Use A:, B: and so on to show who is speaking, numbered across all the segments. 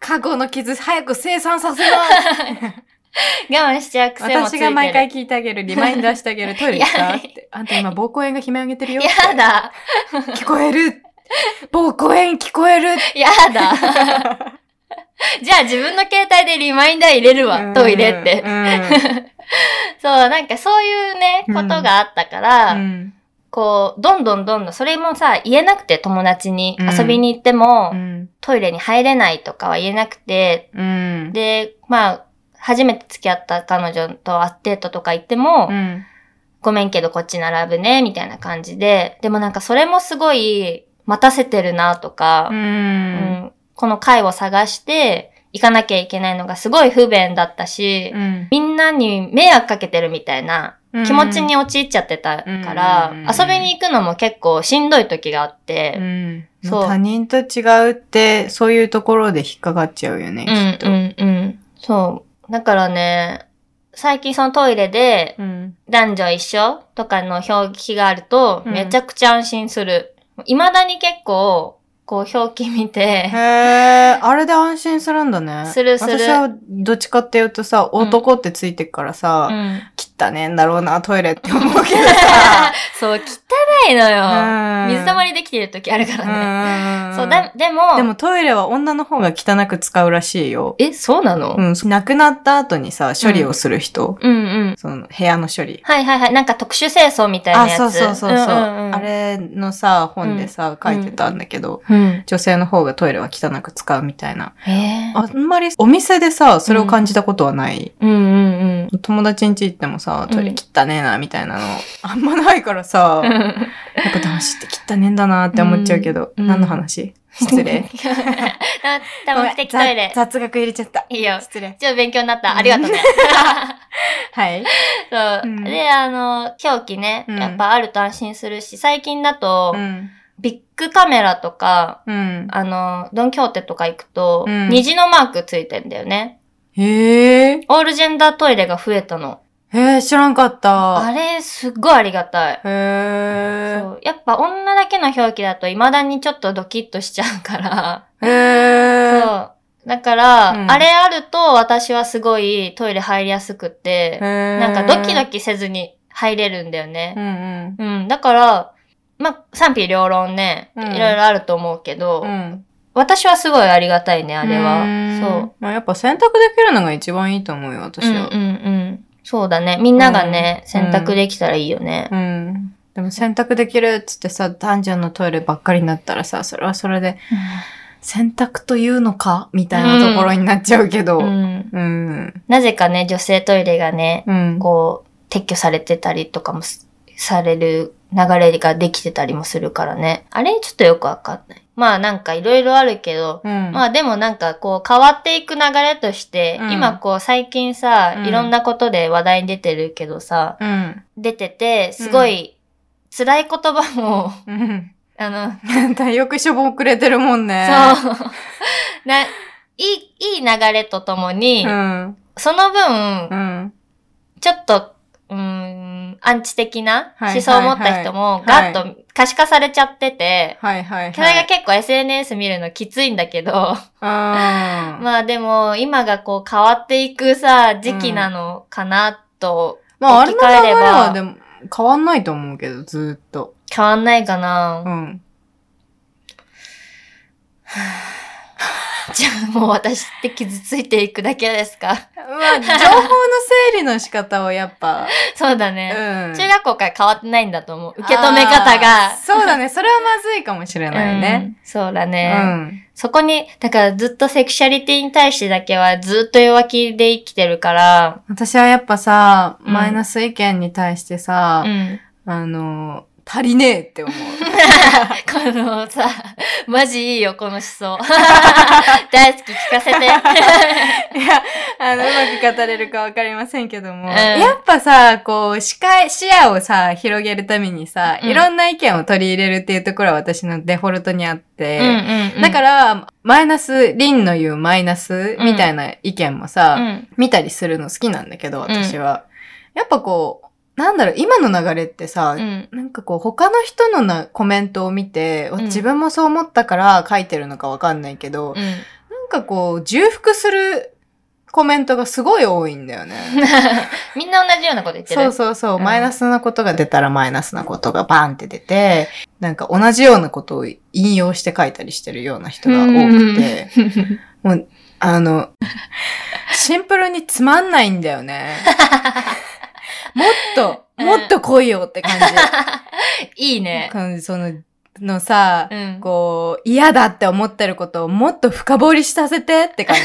A: 過去の傷早く生産させろ
B: 慢しちゃう癖もついて
A: 私
B: る。
A: が毎回聞いてあげる、リマインダーしてあげる、トイレ行った
B: いや
A: って。あんた今、膀胱炎が悲鳴上げてるよ。
B: やだ。
A: 聞こえる膀胱炎聞こえる
B: や だ。じゃあ自分の携帯でリマインダー入れるわ、トイレっ
A: て。
B: て。そう、なんかそういうね、
A: う
B: こ
A: ん
B: とがあったから、
A: うん
B: こう、どんどんどんどん、それもさ、言えなくて友達に、
A: うん
B: 遊びに行っても、
A: うん。
B: トイレに入れないとかは言えなくて、
A: うん。
B: で、まあ、初めて付き合った彼女とアデートとか行っても、
A: うん、
B: ごめんけどこっち並ぶね、みたいな感じで、でもなんかそれもすごい待たせてるなとか
A: う、
B: うん
A: ん。
B: この会を探して行かなきゃいけないのがすごい不便だったし、
A: うん
B: みんなに迷惑かけてるみたいな気持ち、に陥っちゃってたから、
A: うん
B: 遊びに行くのも結構しんどい時があって、
A: うん、
B: そう
A: 他人と違うって、そういうところで引っかかっちゃうよね、きっと。
B: うんうんうん。そう。だからね、最近そのトイレで
A: うん。
B: 男女一緒とかの表記があると
A: うん
B: めちゃくちゃ安心する。未だに結構こう表記見て
A: へ、え、あれで安心するんだね。
B: するする
A: 私はどっちかっていうとさ、男ってついてっから
B: う
A: さ、
B: ん、
A: 切ったねえんだろうな、トイレって思うけどさ。
B: そう、汚いのよ。
A: うん
B: 水たまりできてる時あるからね。
A: うん
B: そう、だ、でも、
A: でもトイレは女の方が汚く使うらしいよ。
B: え、そうなの、
A: うん、亡くなった後にさ、処理をする人。
B: うん、うん
A: その部屋の処理。
B: はいはいはい。なんか特殊清掃みたいな
A: あ、
B: やつ。
A: そうそうそうそう、
B: んんうん、
A: あれのさ、本でさ、書いてたんだけど、
B: うん。
A: 女性の方がトイレは汚く使うみたいな。
B: へー
A: あんまりお店でさ、それを感じたことはない。
B: うんうんうん。
A: 友達ん家行ってもさ、トイレ汚ねえな、みたいなの、あんまないからさ、やっぱ男子って汚ねえんだなって思っちゃうけど、
B: うんうん
A: 何の話失礼。。
B: た多目的トイレ
A: 雑。雑学入れちゃった。
B: いいよ。
A: 失礼。
B: ちょっと勉強になった。あり がとうね。
A: はい。
B: そう、
A: うん
B: で、あの、表記ね、
A: うん
B: やっぱあると安心するし、最近だと、
A: ん。
B: ビッグカメラとか、
A: うん。
B: あの、ドンキョーテとか行くと、
A: うん
B: 虹のマークついてんだよね。
A: へえ。
B: オールジェンダートイレが増えたの。
A: へえ、知らんかった。
B: あれ、すっごいありがたい。
A: へえ。
B: そうやっぱ女だけの表記だと未だにちょっとドキッとしちゃうから。
A: へえ。
B: そう。だから、
A: うん
B: あれあると私はすごいトイレ入りやすくって、な
A: なん
B: かドキド
A: キ。
B: キせずに入れるんだよ
A: う
B: ね。
A: ん
B: うん、だから、まあ、賛否両論ね、
A: うん
B: いろいろあると思うけど、
A: うん。
B: 私はすごいありがたいね、あれは。そう。。
A: まあやっぱ選択できるのが一番いいと思うよ、私は
B: う。んうんうん。そうだね。みんながね、
A: うん
B: 選択できたらいいよね。
A: うん。でも選択できるっつってさ、男女のトイレばっかりになったらさ、それはそれで、選択というのかみたいなところになっちゃうけど。
B: う
A: うん。
B: ん。
A: うん。
B: なぜかね、女性トイレがね、
A: うん。
B: こう、撤去されてたりとかもすされる流れができてたりもするからね。あれちょっとよくわかんない。まあなんかいろいろあるけど、まあでもなんかこう変わっていく流れとして、
A: うん
B: 今こう最近さ、
A: うん
B: いろんなことで話題に出てるけどさ、
A: うん。
B: 出てて、すごい辛い言葉も、
A: うん。
B: あの、
A: だよくしょぼくれてるもんね。
B: そう、 な、いい、いい流れとともに、
A: うん。
B: その分
A: う、ん。
B: ちょっと、うーん、アンチ的な
A: はい
B: 思想を持った人も、
A: は
B: ガ
A: い
B: ッと可視化されちゃってて、
A: はいはいはい。
B: それが結構 SNS 見るのきついんだけ
A: う
B: ど、
A: ん。
B: まあでも、今がこう変わっていくさ、時期なのかなと、
A: まあ、あれ
B: 置
A: の
B: き
A: 流
B: 換え
A: れ
B: れば
A: はでも変わんないと思うけど、ずーっと。
B: 変わんないかな。
A: うん。
B: じゃあもう私って傷ついていくだけで すか
A: まあ、情報の整理の仕方をやっぱ、
B: そうだ
A: う
B: ね。
A: ん。
B: 中学校から変わってないんだと思う。受け止め方
A: あー
B: が。
A: そうだね。 それはまずいかもしれないね。
B: うんそうだ
A: う
B: ね。
A: ん。
B: そこに、だからずっとセクシャリティに対してだけはずっと弱気で生きてるから、
A: 私はやっぱさ、
B: うん
A: マイナス意見に対してさ
B: う、ん。
A: あの、足りねえって思う。
B: このさ、マジいいよ、この 思想。大好き、聞かせて。
A: いや、あの、うまく語れるかわかりませんけども、
B: うん
A: やっぱさ、こう、視界、視野をさ、広げるためにさ、
B: うん
A: いろんな意見を取り入れるっていうところは私のデフォルトにあって、
B: うん、
A: だからら、マイナス、リンの言うマイナスみたいな意見もさ、
B: うん。
A: 見たりするの好きなんだけど、私は。やっぱこう、なんだろう、今の流れってさ、
B: うん。
A: なんかこう、他の人のなコメントを見て、わ
B: うん
A: 自分もそう思ったから書いてるのかわかんないけど、
B: うん。
A: なんかこう、重複するコメントがすごい多いんだよね。
B: みんな同じようなこと言ってる。
A: そうそうそう、
B: うん
A: マイナスなことが出たらマイナスなことがバーンって出て、なんか同じようなことを引用して書いたりしてるような人が多くて、
B: うん。
A: あの、シンプルにつまんないんだよ ね。もっと、もっと来いよって感
B: いい
A: じ。
B: ね。
A: 感じ、その、のさ、
B: うん。
A: こう、嫌だって思ってることをもっと深掘りさせてって 感じ。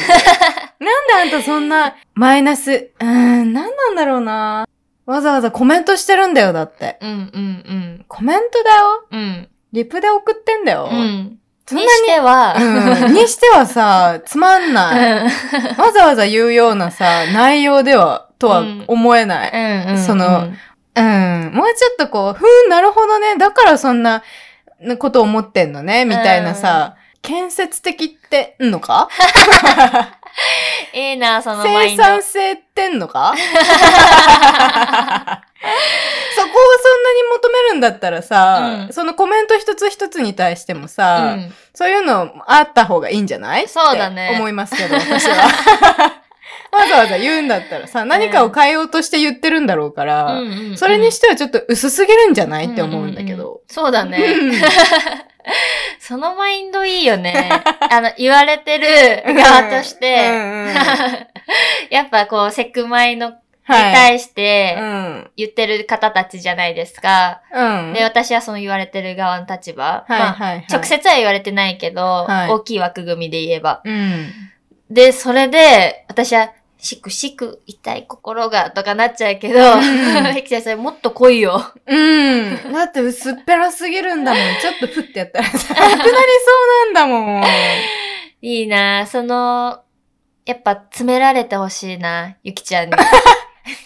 A: なんであんたそんなマイナス、うーん、なんなんだろうな。わざわざコメントしてるんだよ、だって。
B: うんうん
A: コメントだよ。
B: うん。うん。
A: リプで送ってんだよ。
B: うん。
A: そんな
B: に
A: に
B: しては、
A: うんにしてはさ、つまん
B: う
A: ない。
B: ん
A: わざわざ言うようなさ、内容では、とは
B: うん
A: 思えない。
B: うんうん。
A: その
B: うん、
A: うん。もうちょっとこう、ふーん、なるほどね。だからそんなこと思ってんのね、みたいなさ、建設的ってんのか
B: ええな、そのマイ
A: 生
B: ンド。
A: 産性ってんの かそこをそんなに求めるんだったらさ、
B: うん
A: そのコメント一つ一つに対しても
B: う
A: さ、
B: ん。
A: そういうのあった方がいいんじゃない
B: そうだね
A: って思いますけど、私 は。わざわざ言うんだったらさ、何かを変えようとして言ってるんだろうから、
B: うんうんうん
A: それにしてはちょっと薄すぎるんじゃないって思うんだけ
B: ううう
A: ど。
B: んそう だね。
A: うん
B: そのマインドいい よね。あの、言われてる側とし
A: う
B: て、
A: んうん
B: やっぱこう、セクマイのに
A: はい。
B: 対して
A: うん。
B: 言ってる方たちじゃないですか。
A: うん。
B: で、私はその言われてる側の立場。
A: はい
B: まあ
A: はいはい。
B: 直接は言われてないけど、
A: はい
B: 大きい枠組みで言えば。
A: うん。
B: で、それで、私は、しくしく痛い心がとかなっちゃうけど、
A: ん
B: エキさんもっと来いよ。
A: うん。だって薄っぺらすぎるんだもん。ちょっとふってやったらさ、なくなりそうなんだもん。
B: いいなぁその、やっぱ詰められてほしいなゆき ちゃんに。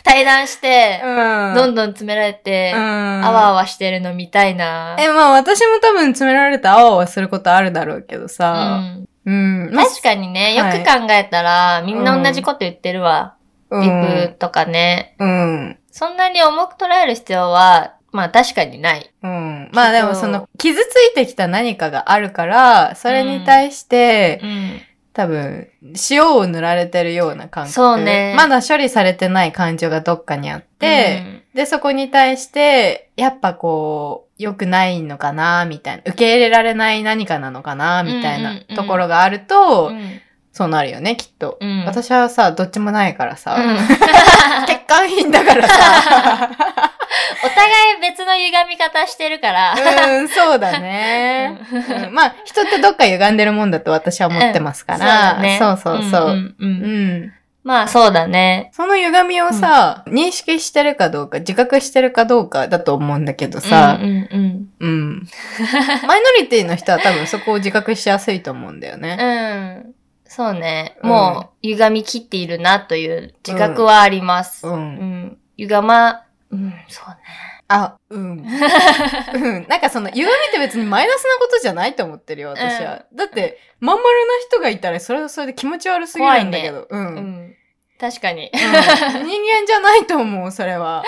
B: 対談して、
A: うん。
B: どんどん詰められて、
A: うん。
B: あわあわしてるの見たいな
A: え、まあ私も多分詰められてあわあわすることあるだろうけど
B: う
A: さ。
B: ん、
A: うん。まあ
B: 確かにね、よ
A: は
B: く
A: い
B: 考えたら、みんな同じこと言ってるわ。リプとかね。
A: うん。
B: そんなに重く捉える必要は、まあ確かにない。
A: うん。まあでもその、傷ついてきた何かがあるから、それに対して、
B: うん。
A: 多分、塩を塗られてるような感覚。
B: そうね
A: まだ処理されてない感情がどっかにあって、で、そこに対して、やっぱこう、良くないのかな、みたいな。受け入れられない何かなのかな、みたい
B: うんうん
A: な
B: うん
A: ところがあると、
B: うん、
A: そうなるよね、きっと。
B: うん。うん、
A: 私はさ、どっちもないから
B: う
A: さ、
B: ん
A: 欠陥品だから さ。
B: お互い別の歪み方してるから。
A: うん、そうだね。うんまあ、人ってどっか歪んでるもんだと私は思ってますか
B: そう
A: ら、
B: だね
A: そうそうそう。
B: んうんうん
A: うん
B: まあそうだね。
A: その歪みをさ、認識してるかどうか、自覚してるかどうかだと思うんだけどさ、
B: うんうんうん。
A: うん。 マイノリティの人は多分そこを自覚しやすいと思うんだよね。
B: うん。そうね。
A: うん
B: もう歪み切っているなという自覚はあります。
A: う。
B: うんん。歪ま、うん、そうね。
A: あ、 うん。うん。なんかその、歪みって別にマイナスなことじゃないと思ってるよ、私は。だって、まん丸な人がいたら、それはそれで気持ち悪すぎるんだけど。う。
B: うん
A: うん
B: ん。確かに。
A: 人間じゃないと思う、それは。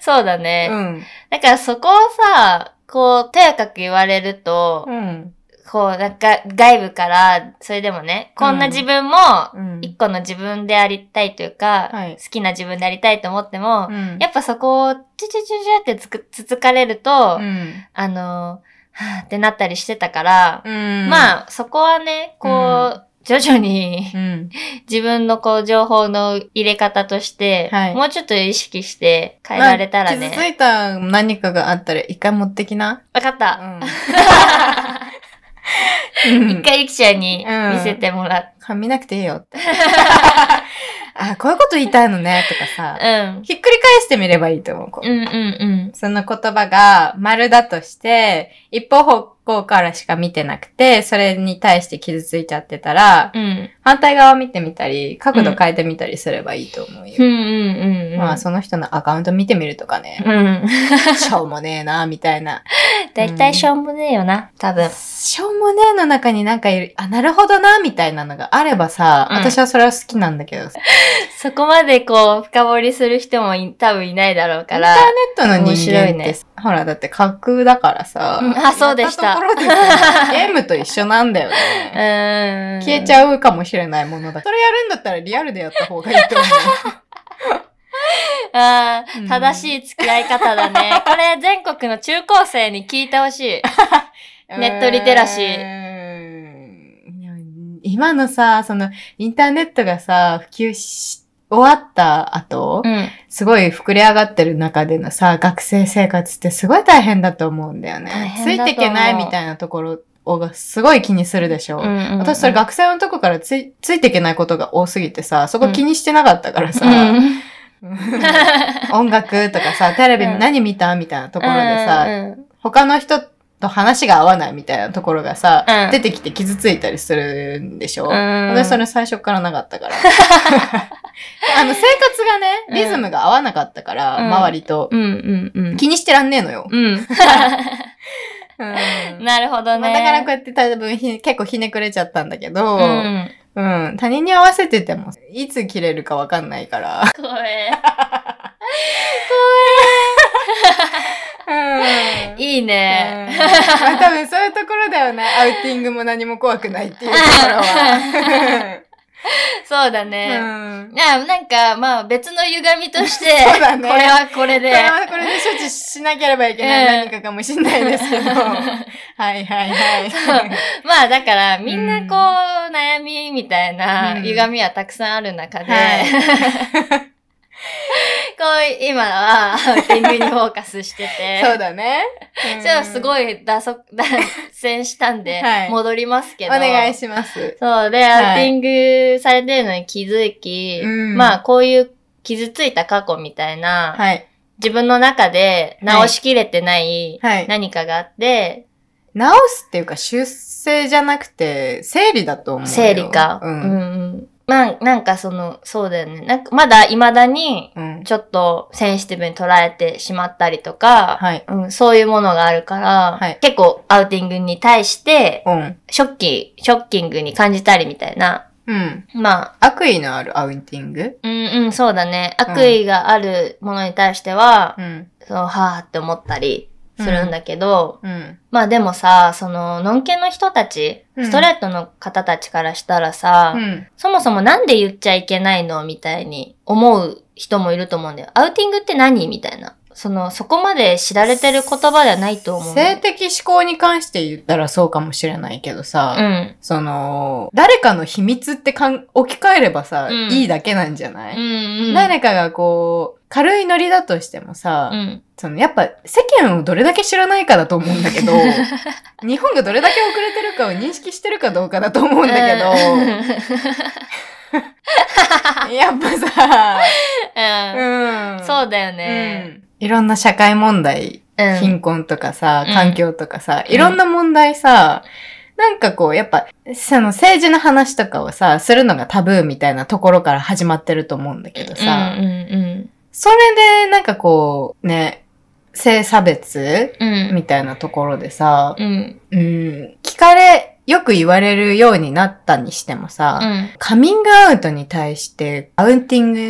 B: そうだ
A: う
B: ね。
A: ん。
B: だからそこをさ、こう、とやかく言われると、
A: うん。
B: こう、なんか外部から、それでもね、こんな自分も、
A: うん。
B: 一個の自分でありたいというか、
A: はい
B: 好きな自分でありたいと思っても、
A: うん
B: やっぱそこを、チュチュチュチュってつく、つつかれると、
A: うん。
B: あのー、はぁってなったりしてたから、
A: うん。あ、
B: まあ、そこはね、こう、
A: うん
B: 徐々に
A: うん。
B: 自分のこう、情報の入れ方として、
A: はい
B: もうちょっと意識して変えられた
A: まあ
B: ら
A: 傷つ
B: ね。
A: いた何かがあったら一回持ってきな。
B: わかっ
A: う
B: た。
A: ん。
B: 一回ゆきちゃんに見せてもらっ
A: 噛みなくていいよ って。あ、こういうこと言いたいのね、とかさ。
B: うん。
A: ひっくり返してみればいいと思う。こう
B: うんうんうん。
A: その言葉が丸だとして、一方方向からしか見てなくて、それに対して傷ついちゃってたら、
B: うん。
A: 反対側を見てみたり、角度変えてみたりすればいいと思うよ。
B: うんうんうんうん。
A: まあ、その人のアカウント見てみるとかね。
B: うん。
A: しょうもねえな、みたいな。
B: だいたいしょうもねえよな、多分。
A: しょうもねえの中になんかいる、あ、なるほどな、みたいなのがあればさ、
B: うん
A: 私はそれは好きなんだけど、インタ
B: そこまでこう、深掘りする人もい多分いないだろうから。
A: ーネットの人間って、
B: 面白いね
A: ほら、だって架空だからさ、
B: うんあそうでした
A: やっところで さゲームと一緒なんだよ
B: う
A: ね。
B: ーん。
A: 消えち
B: う。
A: ゃうかもしれないものだ。それやるんだったらリアルでやった方がいいと思う。
B: あ
A: うん
B: あ、正しい付き合い方だね。これ全国の中高生に聞いてほしい。 ネットリテラシー
A: うーん。いや今のさ、その、インターネットがさ、普及し、終わった後、
B: うん。
A: すごい膨れ上がってる中でのさ、学生生活ってすごい大変だと思うんだよね。
B: 大
A: つ
B: 変
A: い
B: だと思う
A: ていけないみたいなところをすごい気にするでしょ。
B: うんうん
A: 私それ学生のとこからついついていけないことが多すぎてさ、そこ気にしてなかったからさ、
B: うん。
A: 音楽とかさ、テレビ何見たみたいなところでさ、
B: うんうん
A: 他の人と話が合わないみたいなところがさ、
B: うん
A: 出てきて傷ついたりするんでしょ、
B: うん
A: 私それ最初からなかったから。 あの生活がね、リズムが合わなかったから、
B: うん
A: 周りと。
B: うんうんうん。
A: 気にしてらんねえのよ。
B: うん。 なるほど
A: まあ
B: ね。
A: だからこうやって多分ひ結構ひねくれちゃったんだけど、うん、
B: うん。
A: 他人に合わせてても、いつ切れるかわかんないから。
B: 怖え。
A: うん
B: いい
A: うん
B: ね。
A: まあ多分そういうところだよね。アウティングも何も怖くないっていうところは。
B: そうだ
A: う
B: ね。
A: ん。
B: いや、なんか、まあ別の歪みとして、
A: そうだね
B: これはこれ
A: こ
B: で。
A: れはこれで処置しなければいけない
B: うん
A: 何かかもしれないです けど。はいはいはい。
B: まあだから、みんなこう、悩みみたいな
A: うん
B: 歪みはたくさんある中で、
A: はい
B: こう、今はアウティングにフォーカスしてて、
A: そうだね。
B: じゃあす
A: い。
B: ごい脱足、脱線したんで
A: は、い
B: 戻りますけ
A: お
B: ど。
A: 願いします。
B: そう、で、アウティングされてるのに気づき、
A: うん
B: まあ、こういう傷ついた過去みたいな、
A: はい。
B: 自分の中で直しきれてない
A: はい。
B: 何かがあって、
A: 直すっていうか修正じゃなくて、整理だと思うよ。
B: 整理か。
A: う。
B: うんんうんまあ、なんかその、そうだよね。なんかまだ未だに、
A: うん。
B: ちょっとセンシティブに捉えてしまったりとか、
A: はい。
B: うん、そういうものがあるから、
A: はい
B: 結構アウティングに対して、
A: うん。
B: ショッキー、ショッキングに感じたりみたいな。
A: うん。
B: まあ、
A: 悪意のあるアウティング
B: うんうん、そうだね。悪意があるものに対しては、
A: うん。
B: そう、はぁって思ったりするんだけど、
A: うん。
B: まあでもさ、その、のんけの人たち、
A: うん
B: ストレートの方たちからしたらさ、
A: うん。
B: そもそもなんで言っちゃいけないのみたいに思う人もいると思うんだよ。アウティングって何みたいな。その、そこまで知られてる言葉ではないと思う。
A: 性的思考に関して言ったらそうかもしれないけどさ、
B: うん。
A: その、誰かの秘密ってかん置き換えればさ、
B: うん
A: いいだけなんじゃない、
B: うんうん。
A: 誰かがこう、軽いノリだとしてもさ、
B: うん。
A: そのやっぱ世間をどれだけ知らないかだと思うんだけど、 日本がどれだけ遅れてるかを認識してるかどうかだと思うんだけど、やっぱさ、
B: うん。うん
A: うん。
B: そうだよ
A: う
B: ね。
A: んいろんな社会問題
B: うん。
A: 貧困とかさ、
B: うん
A: 環境とかさ、いろんな問題さ、なんかこう、やっぱ、その政治の話とかをさ、するのがタブーみたいなところから始まってると思うんだけどさ、
B: うんうん
A: それでなんかこう、ね、性差別
B: うん。うん。
A: みたいなところでさ、
B: うん。
A: うん、聞かれ、よく言われるようになったにしてもさ、
B: う
A: カミングアウトに対して、アウティング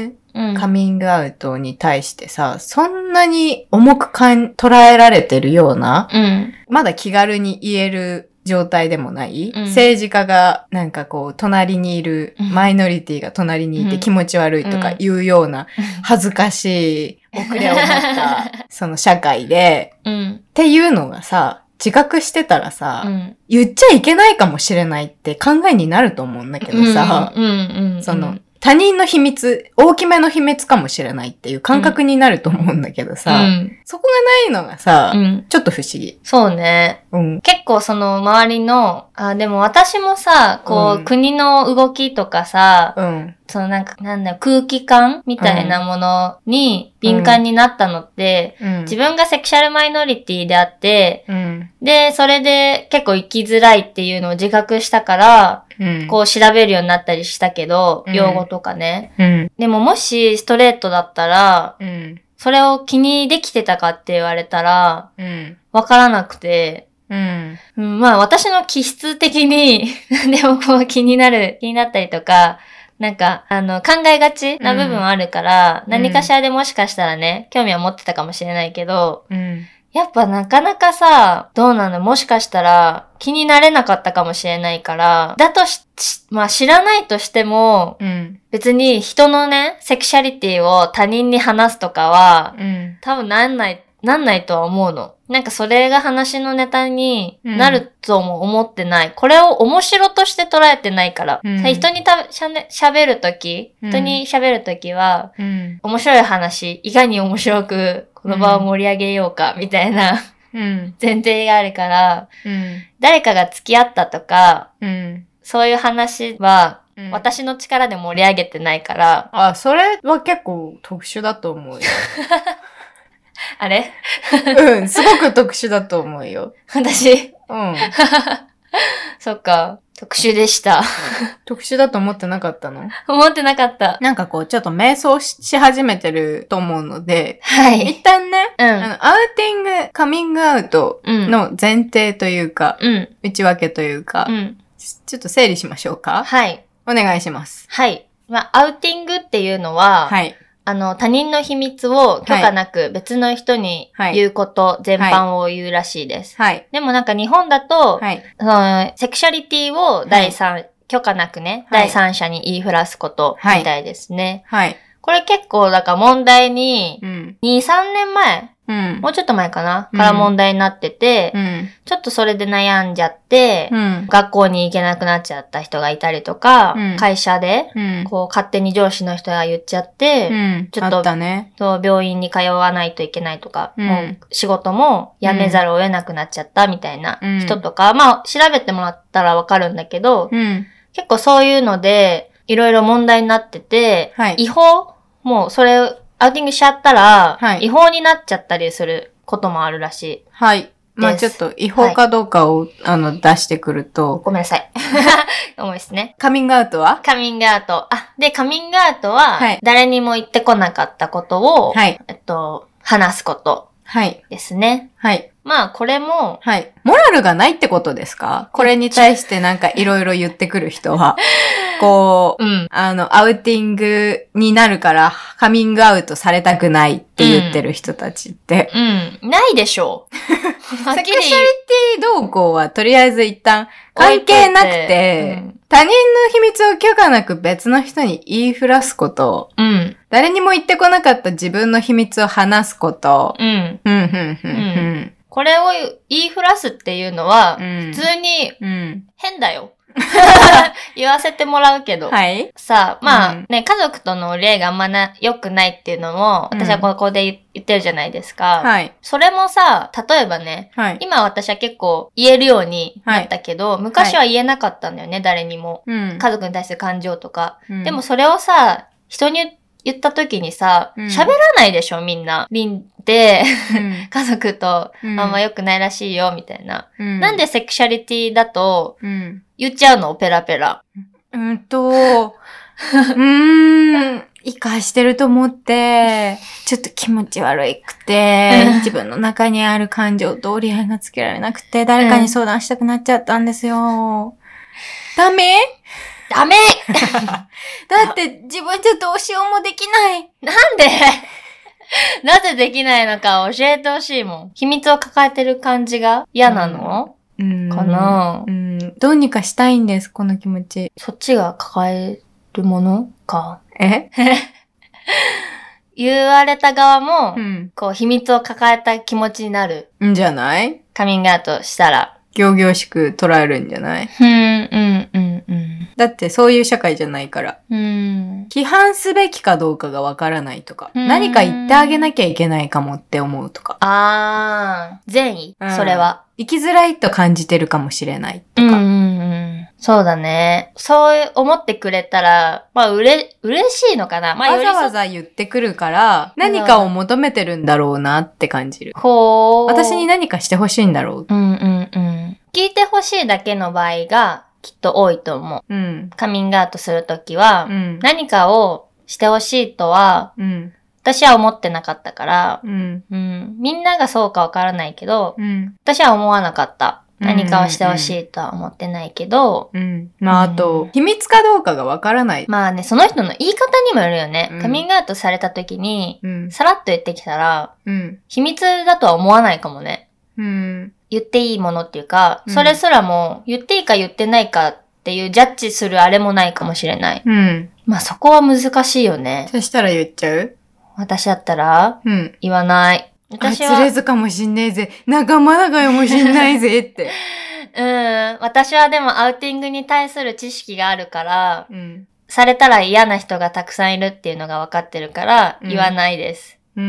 B: ん。
A: カミングアウトに対してさ、そんなに重くかん捉えられてるような、
B: うん。
A: まだ気軽に言える状態でもない、
B: うん
A: 政治家がなんかこう、隣にいる
B: うん、
A: マイノリティが隣にいうて
B: ん
A: 気持ち悪いとか言うような、恥ずかしい、遅れを持 った、その社会で、
B: うん。
A: っていうのがさ、自覚してたらさ、
B: うん。
A: 言っちゃいけないかもしれないって考えになると思うんだけどさ、
B: うんうんうん。
A: その、他人の秘密、大きめの秘密かもしれないっていう感覚になると思うんだけどさ、
B: うん。
A: そこがないのがさ、
B: うん。
A: ちょっと不思議。
B: そうね。
A: うん。
B: 結構その周りの、あ、でも私もさ、こう、
A: うん
B: 国の動きとかさ、
A: うん。
B: そのなんか、なんだろう、空気感みたいなものに敏感になったのって、
A: うん。
B: 自分がセクシャルマイノリティであって、
A: うん。
B: で、それで結構生きづらいっていうのを自覚したから、
A: うん。
B: こう調べるようになったりしたけど、
A: うん
B: 用語とかね。
A: うん。
B: でももしストレートだったら、
A: うん。
B: それを気にできてたかって言われたら、
A: うん。
B: わからなくて、
A: うん。
B: うん、まあ私の気質的に 何でもこう気になる、気になったりとか、なんか、あの、考えがちな部分はあるから、
A: うん
B: 何かしらでもしかしたらね、興味は持ってたかもしれないけど、
A: うん。
B: やっぱなかなかさ、どうなのもしかしたら気になれなかったかもしれないから、だとし、しまあ知らないとしても、
A: うん。
B: 別に人のね、セクシャリティを他人に話すとかは、
A: うん。
B: 多分なんない、なんないとは思うの。なんかそれが話のネタになるとも思ってない。これを面白として捉えてないから。
A: うん
B: 人にたしゃね喋るとき、
A: うん
B: 人に喋るときは、
A: うん。
B: 面白い話、いかに面白くこの場を盛り上げようか、みたいな
A: うん。
B: 前提があるから、
A: うん。
B: 誰かが付き合ったとか、
A: うん。
B: そういう話は、
A: うん。
B: 私の力で盛り上げてないから、
A: あ、それは結構特殊だと思うよ。
B: あれ
A: うん、すごく特殊だと思うよ。
B: 私、
A: うん。
B: そっか、特殊でした。
A: 特殊だと思ってなかったの
B: 思ってなかった。
A: なんかこう、ちょっと瞑想しし始めてると思うので、
B: は
A: 一
B: い。
A: 旦ね、
B: う
A: あ
B: ん。
A: の、アウティング、カミングアウト
B: うん。
A: の前提というか、
B: うん。
A: 内訳というか、
B: うん。
A: ちちょっと整理しましょうか
B: はい。
A: お願いします。
B: はい。まあ、アウティングっていうのは、
A: はい。
B: あの、他人の秘密を許可なく別の人に
A: はい
B: 言うこと全般を言うらしいです。
A: はい。
B: でもなんか日本だと、
A: はい。
B: そのセクシャリティを第三、許可なくね、
A: はい
B: 第三者に言いふらすこと
A: はい
B: みたいですね。
A: はい。
B: これ結構、だから問題に、
A: うん。
B: 2、3年前
A: うん
B: も。うちょっと前かな、
A: うん
B: から問題になってて、
A: うん。
B: ちょっとそれで悩んじゃって、
A: うん。
B: 学校に行けなくなっちゃった人がいたりとか、
A: うん
B: 会社で、
A: うん。
B: こう、勝手に上司の人が言っちゃって、
A: うん。
B: ちょっと
A: あったね。
B: そう病院に通わないといけないとか、
A: うん
B: もう仕事も辞めざるを得なくなっちゃったみたいな
A: うん
B: 人とか、まあ、調べてもらったらわかるんだけど、
A: うん。
B: 結構そういうので、いろいろ問題になってて、
A: はい
B: 違法もうそれ、アウティングしちゃったら、
A: はい
B: 違法になっちゃったりすることもあるらしい。
A: はい。まあ
B: で
A: ちょ
B: す
A: っと違法かどうかを、あの、出してくると、
B: ごめんなさい。 重いですね。
A: カミングアウトは
B: カミングアウト。あ、で、カミングアウトは
A: はい、
B: 誰にも言ってこなかったことを、
A: はい。
B: えっと、話すこと
A: はい。
B: ですね。
A: はい。
B: まあ、これも、
A: はい。モラルがないってことですかこれに対してなんかいろいろ言ってくる人 は。こう、
B: うん。
A: あの、アウティングになるからカミングアウトされたくないって言ってる人たちって。
B: うん。ないでしょ う。はっきり
A: セクシャリティ動向はとりあえず一旦
B: 置い
A: 関
B: といて
A: 係なくて、
B: うん
A: 他人の秘密を許可なく別の人に言いふらすこと、
B: うん。
A: 誰にも言ってこなかった自分の秘密を話すこと、
B: うん。
A: うん、うん、うん、
B: これを言いふらすっていうのは、
A: うん。
B: 普通に
A: うん。
B: 変 だよ。言わせてもらうけど。
A: はい。
B: さあ、まあ、
A: うん
B: ね、家族との例があんまな、良くないっていうのも、私はここで言ってるじゃないですか。
A: はい。
B: それもさ、例えばね、
A: はい。
B: 今私は結構言えるようになったけど、昔は言えなかったんだよね、誰にも。
A: うん
B: 家族に対する感情とか。
A: うん
B: でもそれをさ、人に言った時にさ、
A: うん
B: 喋、らないでしょ、みんな。りんで、
A: うん
B: 家族と
A: うん
B: あんま良くないらしいよ、みたいな。
A: うん
B: なんでセクシャリティだと
A: うん。
B: 言っちゃうのペラペラ。
A: うん と、うーん、生かしてると思って、ちょっと気持ち悪いくて
B: うん、
A: 自分の中にある感情と折り合いがつけられなくて、誰かに相談したくなっちゃったんですよ。ダメ
B: ダメ
A: だって自分じゃどうしようもできない。
B: なんで なぜできないのか教えてほしいもん。秘密を抱えてる感じが嫌なの、
A: うん
B: かな、
A: うん、どうにかしたいんです、この気持ち。
B: そっちが抱えるものか。
A: え
B: 言われた側も、
A: うん。
B: こう、秘密を抱えた気持ちになる。
A: んじゃない
B: カミングアウトしたら。
A: 行々しく捉えるんじゃない
B: ふーん、うん、うん、うん。
A: だってそういう社会じゃないから。
B: うーん。
A: 規範すべきかどうかがわからないとか、
B: うん
A: 何か言ってあげなきゃいけないかもって思うとか、
B: あー、善意、
A: うん
B: それは。
A: 生きづらいと感じてるかもしれないと
B: うん、う
A: か、
B: ん、うん。そうだね。そう思ってくれたら、まあ、うれ、嬉しいのかな。まあ、
A: わ
B: より
A: ざわ
B: そ、
A: ざ言ってくるから、何かを求めてるんだろうなって感じる。
B: こう。
A: 私に何かしてほしいんだろ
B: うんうんうん。聞いてほしいだけの場合が、きっと多いと思う。
A: う。うん。
B: カミングアウトするときは、
A: うん。
B: 何かをしてほしいとは、
A: うん。
B: 私は思ってなかったから、
A: うん。
B: うん、みんながそうかわからないけど、
A: うん。
B: 私は思わなかった。
A: うん
B: 何かをしてほしいとは思ってないけど、
A: うん。まあ、あ
B: う
A: と
B: ん、
A: 秘密かどうかがわからない。
B: まあね、その人の言い方にもよるよね。
A: うん
B: カミングアウトされたときに、
A: うん。
B: さらっと言ってきたら、
A: うん。
B: 秘密だとは思わないかもね。
A: うん。
B: 言っていいものっていうか、
A: うん
B: それすらも言っていいか言ってないかっていうジャッジするあれもないかもしれない。
A: うん。
B: まあそこは難しいよね。
A: そしたら言っちゃう
B: 私だったら
A: うん。
B: 言わない。
A: あ
B: 私
A: つれ
B: は、
A: ずかもしんねえぜ。仲間だかもしんないぜ って。
B: うん、私はでもアウティングに対する知識があるから、
A: うん。
B: されたら嫌な人がたくさんいるっていうのが分かってるから、
A: うん
B: 言わないです。
A: う
B: うん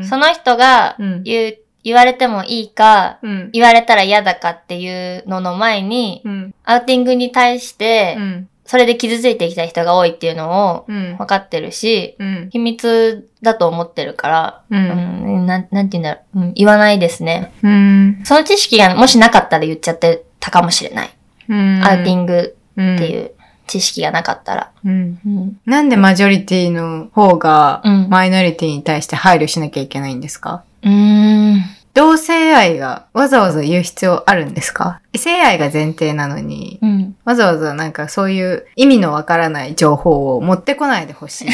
A: ーん。
B: その人が
A: うん。
B: 言う、言われてもいいか、
A: うん。
B: 言われたら嫌だかっていうのの前に、
A: うん。
B: アウティングに対して
A: う、ん。
B: それで傷ついてきた人が多いっていうのを
A: うん
B: 分。かってるし、
A: うん。
B: 秘密だと思ってるから、
A: う。
B: うんん、なん、なんて言うんだろう、うん、言わないですね。
A: うん。
B: その知識がもしなかったら言っちゃってたかもしれない。
A: うん。
B: アウティング
A: っ
B: っていう知識がなかったら。
A: うん。
B: うん。
A: なんでマジョリティの方が
B: うん
A: マイノリティに対して配慮しなきゃいけないんですか
B: うーん。
A: 同性愛がわざわざ言う必要あるんですか異性愛が前提なのに、
B: うん。
A: わざわざなんかそういう意味のわからない情報を持ってこないでほしい。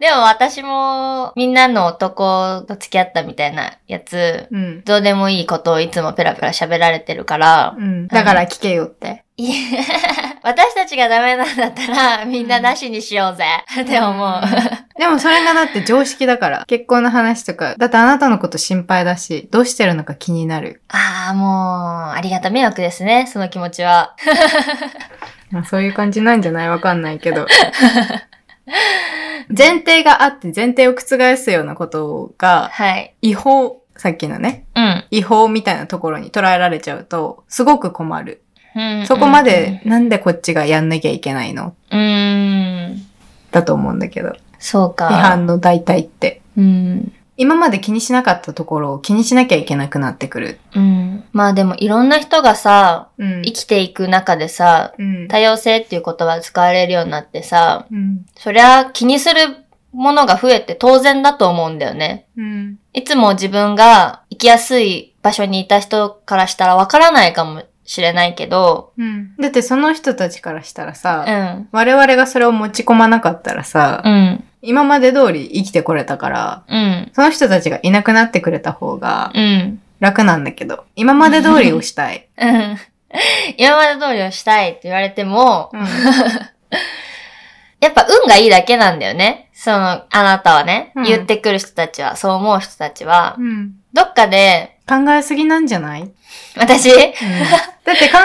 B: でも私もみんなの男と付き合ったみたいなやつ、
A: うん。
B: どうでもいいことをいつもペラペラ喋られてるから、
A: うん。だから聞けよって。
B: いや 私たちがダメなんだったらみんななしにしようぜ、って思う。
A: でもそれがだって常識だから。結婚の話とか、だってあなたのこと心配だし、どうしてるのか気になる。
B: ああ、もう、ありがた迷惑ですね、その気持ちは。
A: まあ、そういう感じなんじゃないわかんない けど。前提があって、前提を覆すようなことが、
B: はい。
A: 違法、さっきのね、
B: うん。
A: 違法みたいなところに捉えられちゃうと、すごく困る。
B: うん
A: そこまで、。なんでこっちがやんなきゃいけないの
B: うんうん。うん
A: だと思うんだけど。
B: そうか。
A: 違反の代替って。
B: うん。
A: 今まで気にしなかったところを気にしなきゃいけなくなってくる。
B: うん。まあでもいろんな人がさ、
A: うん
B: 生きていく中でさ、
A: うん。
B: 多様性っていう言葉使われるようになってさ、
A: うん。
B: そりゃ気にするものが増えて当然だと思うんだよね。
A: うん。
B: いつも自分が行きやすい場所にいた人からしたらわからないかもしれないけど、
A: うん。だってその人たちからしたらさ、
B: うん。
A: 我々がそれを持ち込まなかったらさ、
B: うん。
A: 今まで通り生きてこれたから、
B: うん。
A: その人たちがいなくなってくれた方が
B: うん。
A: 楽なんだけど、今まで通りをしたい。
B: うん。 今まで通りをしたいって言われても、やっぱ運がいいだけなんだよね。その、あなたはね、
A: うん
B: 言ってくる人たちは、そう思う人たちは、
A: うん
B: どっかで、
A: 考えすぎなんじゃない、
B: 私
A: だって考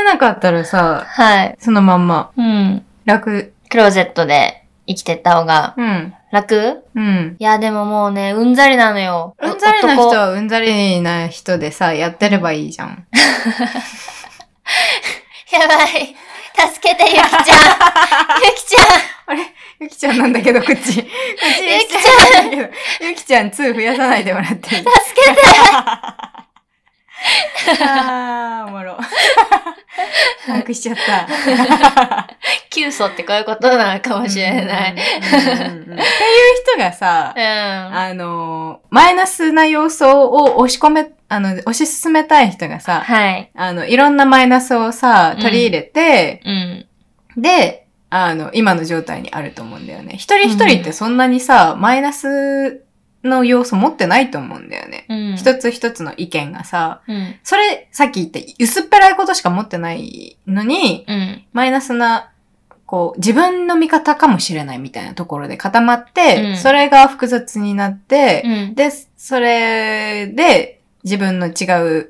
A: えなかったらさ、
B: はい。
A: そのまんま
B: うん。
A: 楽。
B: クローゼットで生きてった方が
A: うん。
B: 楽
A: うん。
B: いや、でももうね、うんざりなのよ。
A: うんざりな人
B: 男
A: はうんざりな人でさ、やってればいいじゃん。
B: やばい。助けて、 ゆきちゃん。ゆきちゃ
A: ゆきちゃんなんだけど、こっち。こっちゆ
B: ゆきち
A: んなんだけど。ゆきちゃん2増やさないでもらっていい
B: ん。助けて。
A: あー、おもろ。把握しちゃった。
B: 急素ってこういうことなのかもしれな
A: う
B: い。
A: んうんうんうんっていう人がさ
B: う、ん。
A: あの、マイナスな要素を押し込め、あの、推し進めたい人がさ、
B: はい。
A: あの、いろんなマイナスをさ、取り入れて、
B: うん。
A: で、あの、今の状態にあると思うんだよね。一人一人ってそんなにさ、マイナスの要素持ってないと思うんだよね。
B: うん。
A: 一つ一つの意見がさ、
B: うん。
A: それ、さっき言って、薄っぺらいことしか持ってないのに、
B: うん。
A: マイナスな、こう、自分の見方かもしれないみたいなところで固まって、
B: うん
A: それが複雑になって、
B: うん。
A: で、それで自分の違う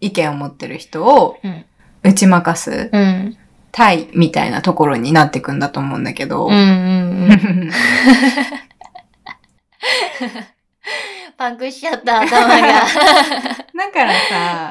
A: 意見を持ってる人を
B: うん
A: 打ち負かす
B: うん。
A: 対みたいなところになってくんだと思うん だけど。
B: うんうんうん。 パンクしちゃった、頭が。
A: だから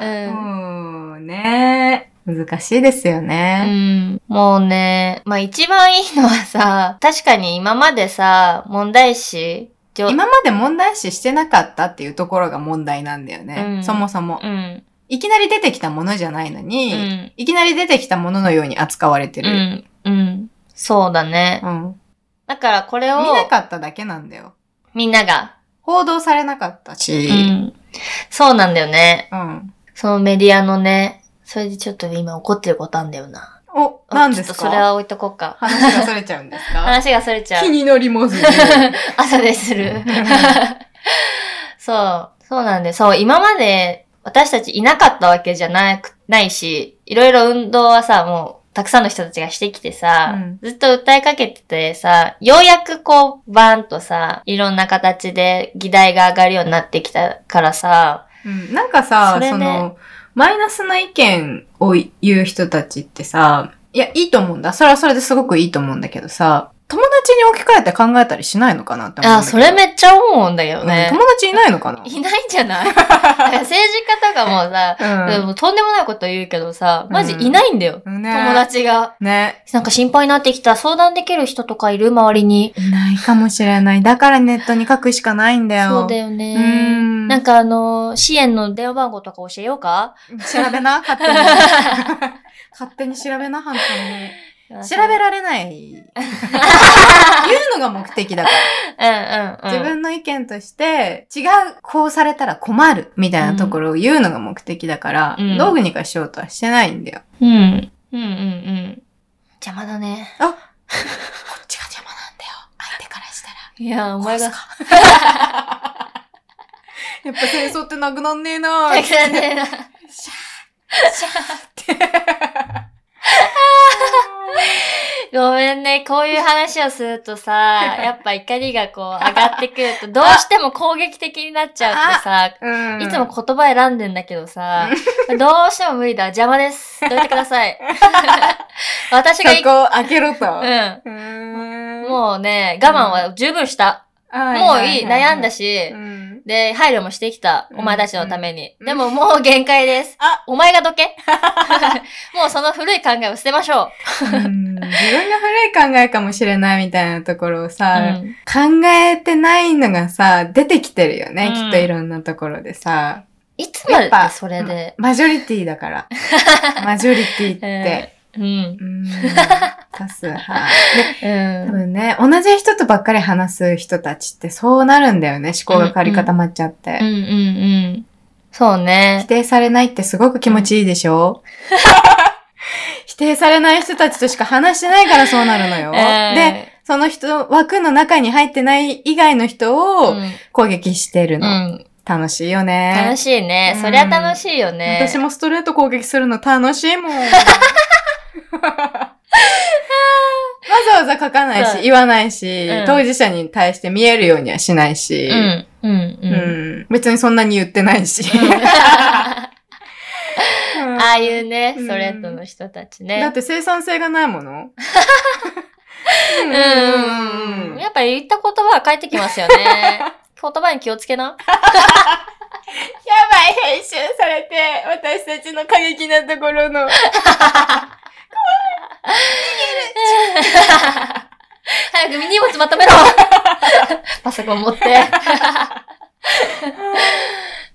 A: さ、
B: うん
A: もうね、難しいですよ
B: う
A: ね。
B: ん。もうね、まあ一番いいのはさ、確かに今までさ、問題視、じょ
A: 今まで問題視してなかったっていうところが問題なんだよね。
B: うん
A: そもそも。
B: うん。
A: いきなり出てきたものじゃないの
B: う
A: に、
B: ん。
A: いきなり出てきたもののように扱われて
B: う
A: る。
B: ん。うん。そうだね。
A: うん。
B: だからこれを
A: 見なかっただけなんだよ。
B: みんなが、
A: 報道されなかったし。
B: うん。そうなんだよね。
A: うん。
B: そのメディアのね、それでちょっと今怒ってることあんだよな。
A: お、
B: あ
A: 何です
B: ちょっとそれ
A: か
B: は置いとこうか。
A: 話がそれちゃうんですか
B: 話がそれちゃ
A: 気
B: う。
A: になります ね。。
B: 朝でするそう、そうなんで、そう、今まで私たちいなかったわけじゃなく、ないし、いろいろ運動はさ、もう、たくさんの人たちがしてきてさ、
A: うん
B: ずっと訴えかけててさ、ようやくこう、バーンとさ、いろんな形で議題が上がるようになってきたからさ、
A: うん、なんかさ
B: そ
A: そ
B: れ、で
A: の、マイナスな意見を言う人たちってさ、いや、いいと思うんだ。それはそれですごくいいと思うんだけどさ、友達に置き換えて考えたりしないのかなって思うんだけど。
B: あ、それめっちゃ思うんだけどね。
A: うん友達いないのかな
B: いないんじ ゃないだから政治家とかもさ、で
A: う
B: もとんでもないこと言うけどさ、マジ
A: うん
B: いないんだよ。
A: ん。ね
B: 友。達が。
A: ね。
B: なんか心配になってきた。相談できる人とかいる周りに。
A: いないかもしれない。だからネットに書くしかないんだよ。
B: そうだよ
A: う
B: ね。
A: ん。
B: なんかあの、支援の電話番号とか教えようか
A: 調べな、勝手 に。勝手に調べな、本当に。調べられない。 言うのが目的だから。
B: うんうんうん。
A: 自分の意見として、違う、こうされたら困る、みたいなところを言うのが目的だから、
B: うん
A: どうにかしようとはしてないんだよ。
B: うん。うんうんうん。邪魔だね。
A: こっちが邪魔なんだよ。相手からしたら。
B: いや、お前が。
A: やっぱ戦争ってなくなんねえな
B: だからねごめんね、こういう話をするとさ、やっぱ怒りがこう上がってくると、どうしても攻撃的になっちゃってさ、
A: うん。
B: いつも言葉選んでんだけどさ、どうしても無理だ、邪魔です。どいてくだ さい。私
A: そ
B: がい、
A: こを開けろと。
B: う
A: うーん
B: ん。もうね、我慢は十分した。も
A: も
B: ういい、悩んだ
A: し。
B: し
A: う、ん
B: で、配慮もしてきた。
A: うん
B: お前たちのために。
A: うん
B: でももう限界です。
A: あ
B: お前がどけ。もうその古い考えを捨てましょう。
A: うん自分が古い考えかもしれないみたいなところをさ、
B: うん
A: 考えてないのがさ、出てきてるよね、
B: うん
A: きっといろんなところでさ。
B: いつまで
A: やっぱ
B: それで。
A: マジョリティだ から。マジョリティって。
B: うん。
A: うん多数派。で
B: うん
A: 多分ね、同じ人とばっかり話す人たちってそうなるんだよね、思考が変わり固まっちゃっ
B: うんう
A: て。
B: んうん。そう
A: 否
B: ね。
A: 定されないってすごく気持ちいいでし ょ否定されない人たちとしか話してないからそうなるのよ。で、その人、枠の中に入ってない以外の人
B: う
A: を
B: ん
A: 攻撃してる
B: う
A: の。
B: ん。
A: 楽しいよ
B: 楽
A: ね。
B: しいね
A: う。ん
B: そりゃ楽しいよね。
A: 私もストレート攻撃するの楽しい もん。わざわざ書かない
B: そう
A: し、言わないし、
B: うん
A: 当事者に対して見えるようにはしないし、
B: うん。う
A: う
B: ん。う。
A: んん別にそんなに言ってないし。
B: あ
A: うん
B: あいうね、
A: うん
B: ストレートの人たち
A: だっ
B: ね。
A: て生産性がないも の。う
B: うんんうんうん。やっぱ言った言葉は返ってきますよね。言葉に気をつけな。
A: やばい、編集されて、私たちの過激なところの。
B: 早く身荷物まとめろ パソコン持って。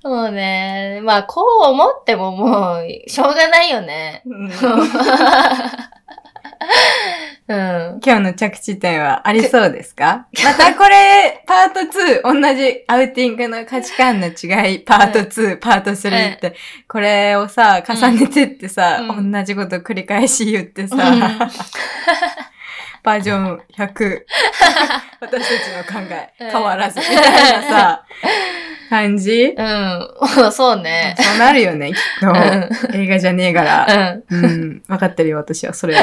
B: もうね、まあこう思ってももう、しょうがないよ ね。
A: 今
B: うん。
A: 日の着地点はありそうですか またこれ、パート2、同じアウティングの価値観の違い、パート2、パート3って、これをさ、重ねてってさ、
B: うん
A: 同じこと繰り返し言ってさ、
B: うん
A: バージョン100、私たちの考え、
B: うん
A: 変わらず、みたいなさ、 感じ
B: うん。そうね。
A: そうなるよね、きっ
B: うん。う
A: と。映画じゃねえから。
B: ん。
A: うん、わかってるよ、私は、それ。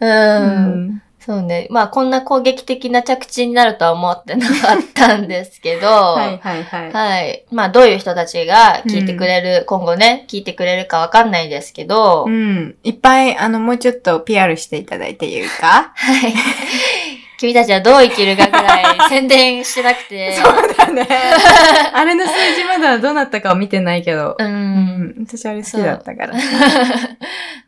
A: う
B: うん。。そうね。まあこんな攻撃的な着地になるとは思ってなかったんですけど。
A: はいはいはい。
B: はい。まあ、どういう人たちが聞いてくれる、今後ね、聞いてくれるかわかんないですけど、
A: うん。いっぱい、あの、もうちょっと PR していただいていいか
B: はい。君たちはどう生きるかくらい宣伝してなくて。
A: そうだね。あれの数字まだどうなったかは見てないけど。
B: う。
A: うんん、私あれ好きだったから。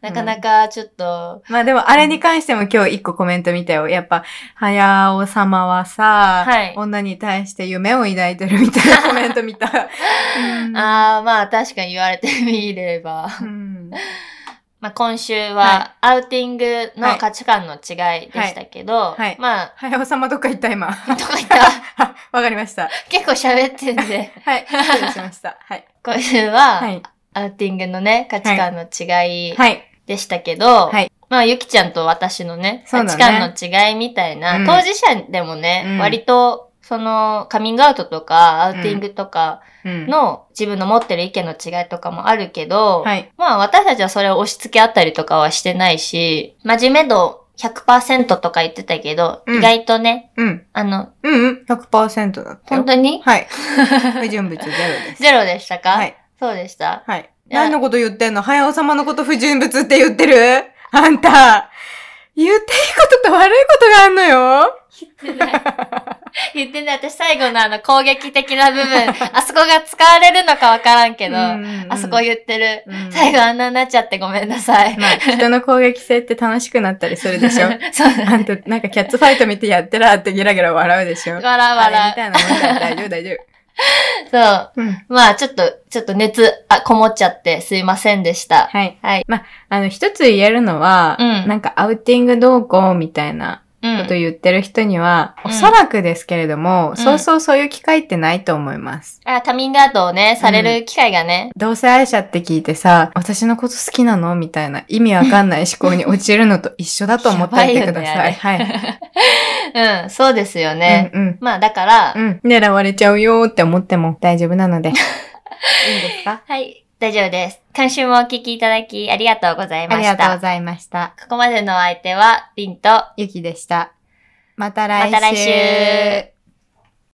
B: なかなかちょっと、
A: まあでもあれに関しても今日一個コメント見たよ。やっぱ、はやお様はさ、
B: はい
A: 女に対して夢を抱いてるみたいなコメント見 た。うん
B: ああ、まあ確かに言われてみれば。
A: うん
B: まあ今週
A: は
B: はアウティングの価値観の違いでしたけど、
A: はいはい
B: まあ、
A: はやお様どっか行った今。
B: どこ行った
A: あわかりました。
B: 結構喋ってんで、
A: はい。失礼しました。はい。
B: 今週は、
A: はい。
B: アウティングのね、価値観の違い
A: はい。
B: でしたけど、
A: はい
B: まあ、ゆきちゃんと私のね、
A: そう
B: 価
A: だ
B: 値
A: ね
B: 観の違いみたいな、
A: うん
B: 当事者でもね、
A: うん
B: 割と、その、カミングアウトとか、アウティングとか
A: うん、
B: の自分の持ってる意見の違いとかもあるけど、
A: はい。
B: まあ、私たちはそれを押し付け合ったりとかはしてないし、真面目度100%とか言ってたけど、
A: うん
B: 意外とね、
A: うん。
B: あの、
A: うんうん。100%だったよ
B: 本。当に
A: はい。不純物ゼロです。
B: ゼロでしたか、
A: はい。
B: そうでした。
A: はい。
B: いや
A: 何のこと言ってんの早尾様のこと不純物って言ってる あんた、言っていいことと悪いことがあんのよ
B: 言ってない。言ってない。私最後のあの攻撃的な部分、あそこが使われるのかわからんけど、あそこ言ってる。
A: うん
B: 最後あんなになっちゃってごめんなさい。
A: まあ、人の攻撃性って楽しくなったりするで しょ
B: そう
A: あんた、なんかキャッツファイト見てやってらってゲラゲラ笑うでしょ
B: 笑う
A: あれみ
B: 笑
A: たいなもんだから大丈夫大丈
B: う。 そ
A: 夫。
B: う。
A: うん。
B: まあちょっと、ちょっと熱、あ、こもっちゃってすいませんでした。
A: はい。
B: はい。
A: あの、一つ言えるのは、
B: うん
A: なんかアウティング動向みたいな
B: うん。
A: こと言ってる人には、
B: うん
A: おそらくですけれども、
B: ん
A: そうそうそういう機会ってないと思います。
B: あ、カミングアウトをね、される機会がね。
A: 同性愛者って聞いてさ、私のこと好きなのみたいな意味わかんない思考に陥るのと一緒だと思っておいてください。
B: や
A: は
B: ば
A: い。
B: うん、そうですよね。
A: うん
B: まあだから、
A: うん。うん。狙われちゃうよーって思っても大丈夫なので。いいんですか
B: はい、大丈夫です。今週もお聞きいただきありがとうござい
A: あ
B: ま
A: り
B: し
A: がとう
B: た。
A: ございました。
B: ここまでのお相手は、りんと、
A: ゆきでした。また
B: また来週